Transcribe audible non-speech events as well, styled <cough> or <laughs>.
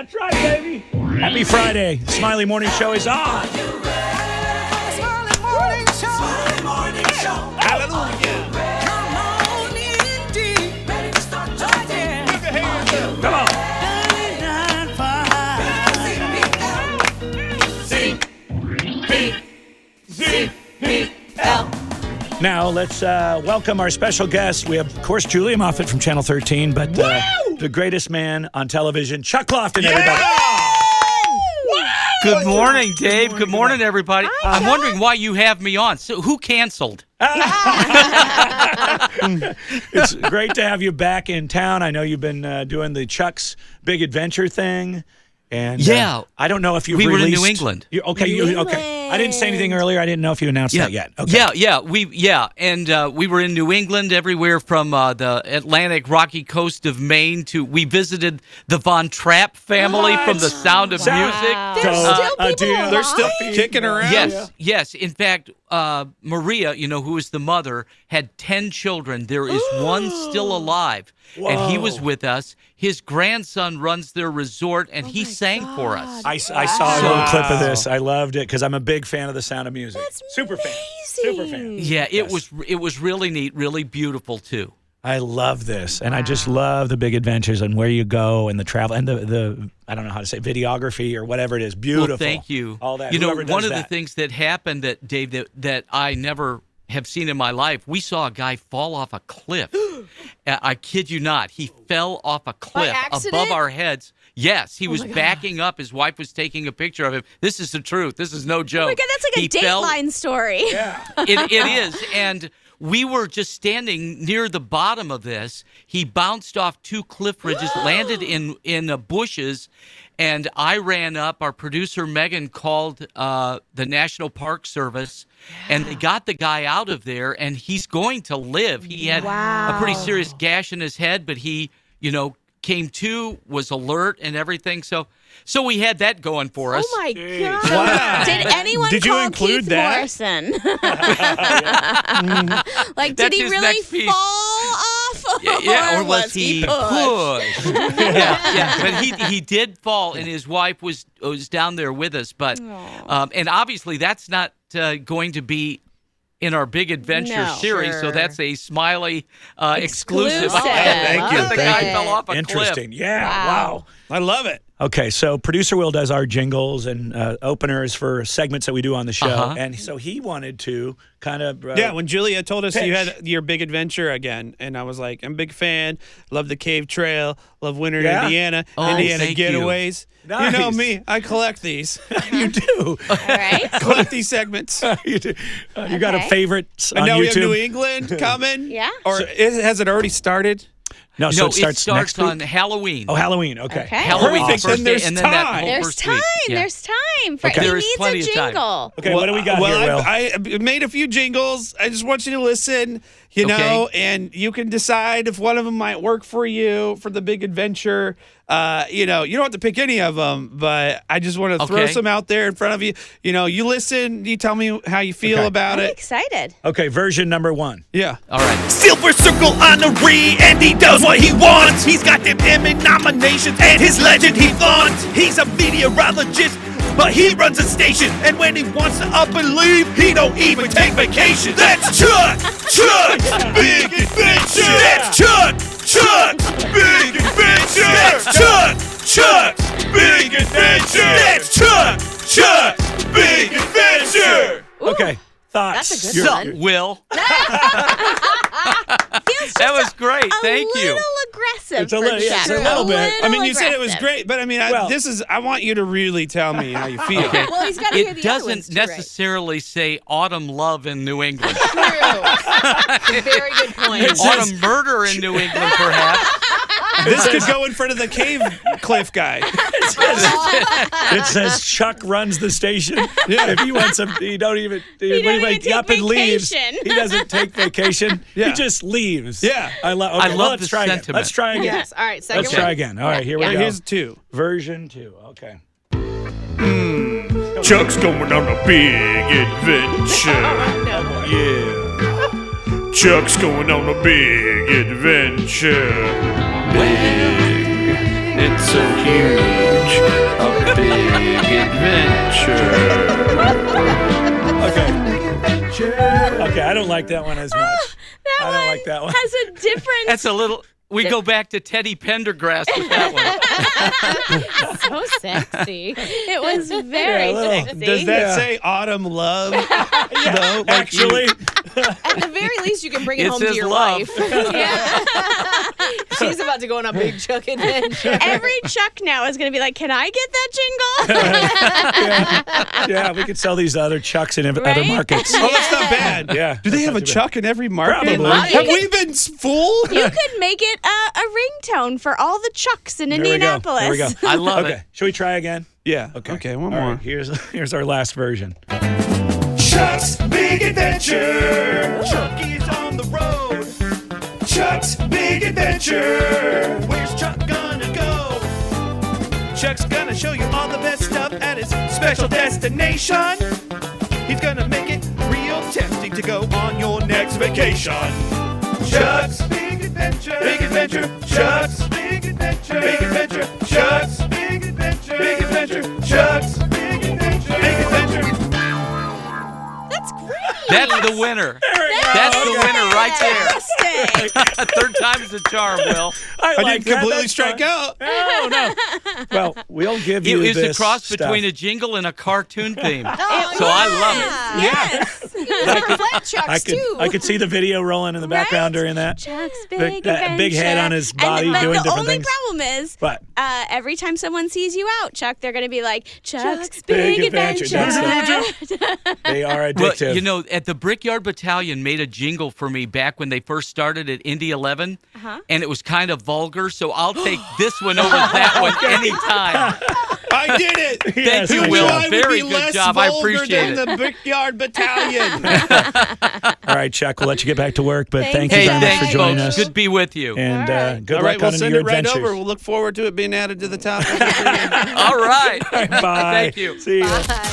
That's right, baby. Happy Friday. Smiley Morning Show is on. Come on. Now let's uh, welcome our special guest. We have, of course, Julia Moffat from Channel 13, but uh, the greatest man on television, Chuck Lofton. Everybody, Good morning, Dave. Good morning, everybody. I'm wondering why you have me on. So, who canceled? it's great to have you back in town. I know you've been uh, doing the Chuck's Big Adventure thing, and uh, Yeah. I don't know if you We were in New released- England. You, okay, you, okay. I didn't say anything earlier. I didn't know if you announced that yet. Okay. Yeah, yeah, we yeah, and uh, we were in New England, everywhere from uh, the Atlantic Rocky coast of Maine to we visited the Von Trapp family What? from The Sound of Wow. Music. There's Don't still a people deal. alive? They're still kicking around. Yes, yes. In fact, uh, Maria, you know, who is the mother, had 10 children. There is one still alive. And he was Whoa. with us. His grandson runs their resort, and Oh he sang for us. I, s- I saw a Wow. little clip of this. I loved it because I'm a big fan of The Sound of Music. Super fan. Super fan. yeah, it was it was really neat, really beautiful too. I love this, and I just love the big adventures and where you go and the travel and the the I don't know how to say videography or whatever it is. Beautiful. Well, thank you. All that. You know, Whoever does one of the that. things that happened that Dave that, that I never have seen in my life, we saw a guy fall off a <gasps> cliff. Uh, I kid you not, he fell off a cliff above accident? Oh our heads. Yes, he was backing up. His wife was taking a picture of him. This is the truth. This is no joke. Oh my god, that's like a He fell- Dateline story. <laughs> it, it is. And we were just standing near the bottom of this. He bounced off two cliff ridges, landed in in the bushes, and I ran up. Our producer Megan called uh, the National Park Service, and they got the guy out of there. And he's going to live. He had a pretty Wow. serious gash in his head, but he, you know, came to, was alert, and everything. So, so we had that going for us. <laughs> Oh my god! Wow. Did anyone Did you call include Keith that? Morrison? <laughs> like, That's did he his really next piece. fall off? Yeah, <laughs> yeah, or, was, he, pushed? <laughs> pushed? yeah, yeah, but he he did fall, and his wife was was down there with us. But um, and obviously that's not uh, going to be in our big adventure No. series. So Sure. that's a smiley uh, exclusive. Exclusive. Thank you, The thank guy you. fell off a Interesting. cliff. Yeah. Wow. wow. I love it. Okay, so producer Will does our jingles and uh, openers for segments that we do on the show, Uh-huh. and so he wanted to kind of uh, Yeah, when Julia told us you Pitch. had your big adventure again, and I was like, I'm a big fan. Love the Cave Trail. Love Winter in Yeah. Indiana. Oh, Indiana thank you. getaways. You. Nice. know me. I collect these. <laughs> <laughs> you do, All right. collect these <laughs> segments. I you, do. Uh, you got a Okay. favorite on know we have YouTube? New <laughs> England coming. Yeah. Or is, has it already started? no, so no, it starts, next week. on Halloween. oh, Halloween. Okay, Okay. Halloween Perfect. the Then first day, there's and then that time. whole There's first time. week. Yeah. There's time for Okay. he There is plenty needs of a time. jingle. Okay, what do we got well, here, Will? I, I made a few jingles. I just want you to listen, you Okay. know, and you can decide if one of them might work for you for the big adventure. Uh, you know, you don't have to pick any of them, but I just want to throw Okay. some out there in front of you. You know, you listen, you tell me how you feel Okay. about I'm it. <laughs> excited. okay, version number one. Yeah. All right. Silver circle honoree, and he does what he wants. He's got them Emmy nominations, and his legend he flaunts. He's a meteorologist, but he runs a station. And when he wants to up and leave, he don't even take vacations. That's Chuck, Chuck's Big Adventure. That's Chuck, Chuck's Big Adventure. That's Chuck, Chuck's Big Adventure. That's Chuck, Chuck's Big Adventure. Okay, thoughts. that's a good Your- one. your- Will, Feels that just was great. a Thank little you. aggressive. It's a for little- yeah, it's a Jack. little bit. I I mean, you said it was aggressive. great, but I mean, Well- I, this is, I want you to really tell me how you feel. Okay. Well, he's got to hear It the other ones doesn't too, right? necessarily say autumn love in <laughs> New England. <laughs> True. Very good point. autumn murder in New England, perhaps. <laughs> This could go in front of the cave cliff <laughs> guy. It says Chuck runs the station. Yeah. If he wants him, he don't <laughs> even he, when don't he even wakes take up and leaves. vacation. He doesn't take vacation. He Yeah. just leaves. Yeah. I, lo- okay, I well, love let's the try Again. sentiment. Let's try again. Yes. All right. Second Let's one. try again. All right, here we Yeah. go. Here's two. Version two. Okay. Chuck's going on a big <laughs> adventure. No. Yeah. Chuck's going on a big adventure. Big. It's so huge. adventure. Okay. Okay, I don't like that one as <laughs> much. That I one don't like that one. has a different. That's a little. We go back to Teddy Pendergrass with that <laughs> So one. sexy. it was very Yeah, a little- sexy. Does that Yeah. say autumn <laughs> love? no, like you- Actually, <laughs> At the very least, you can bring it It's home to his your <laughs> love. wife. <laughs> yeah. She's about to go on a <laughs> big chuck adventure. Every Chuck now is going to be like, "Can I get that <laughs> jingle?" yeah, we could sell these to other chucks in ev- other Right? markets. Oh, that's not bad. Yeah, Do they that's have a not too bad. chuck in every market? Probably. They might. Have we been s- fooled? <laughs> you could make it a, a ringtone for all the Chucks in There we go. Indianapolis. There we go. <laughs> I love Okay, it. should we try again? Yeah. Okay. Okay. One All more. right, here's <laughs> here's our last version. Chuck's Big Adventure. Chuck is on the road. Chuck's Big Adventure. Where's Chuck gonna go? Chuck's gonna show you all the best stuff at his special destination. He's gonna make it real tempting to go on your next vacation. Chuck's Big Adventure. Big Adventure. Chuck's Big Adventure. Big Adventure. Chuck's Big Adventure. Big Adventure. Chuck's Big Adventure. Big Adventure. <laughs> That's great. That's the winner. That's the winner right there. Fantastic. <laughs> A third time's a charm, Will. I, I like didn't completely that. strike out. No, no. Well, we'll give It you was a this cross stuff. between a jingle and a <laughs> cartoon theme. Oh, So I love <laughs> Yeah. yes. You like flat chucks, I could too. I could see the video rolling in the background during that. Chuck's big, Big- that big head on his adventure. body and, but doing the different only things. problem is, What? uh, every time someone sees you out, Chuck, they're going to be like, "Chuck's, big big, adventure." adventure." They are Oh. Well, addictive. you know, at the Brickyard Battalion made a jingle for me back when they first started at Indy 11, Uh-huh. and it was kind of vulgar. So I'll take this one <laughs> over that one anytime. I did it. Yes, Thank <laughs> you, I Knew Will. I would Very be good less job. I vulgar appreciate than it. the <laughs> Brickyard Battalion. All right, Chuck, we'll let you get back to work, but thank, Thank Hey, you very you so much thanks, for joining folks. us. Good to be with you. and uh, good All luck right, we'll on send your it right adventures. over. <laughs> We'll look forward to it being added to the top. All right. <laughs> Bye. Thank you. See you. Bye.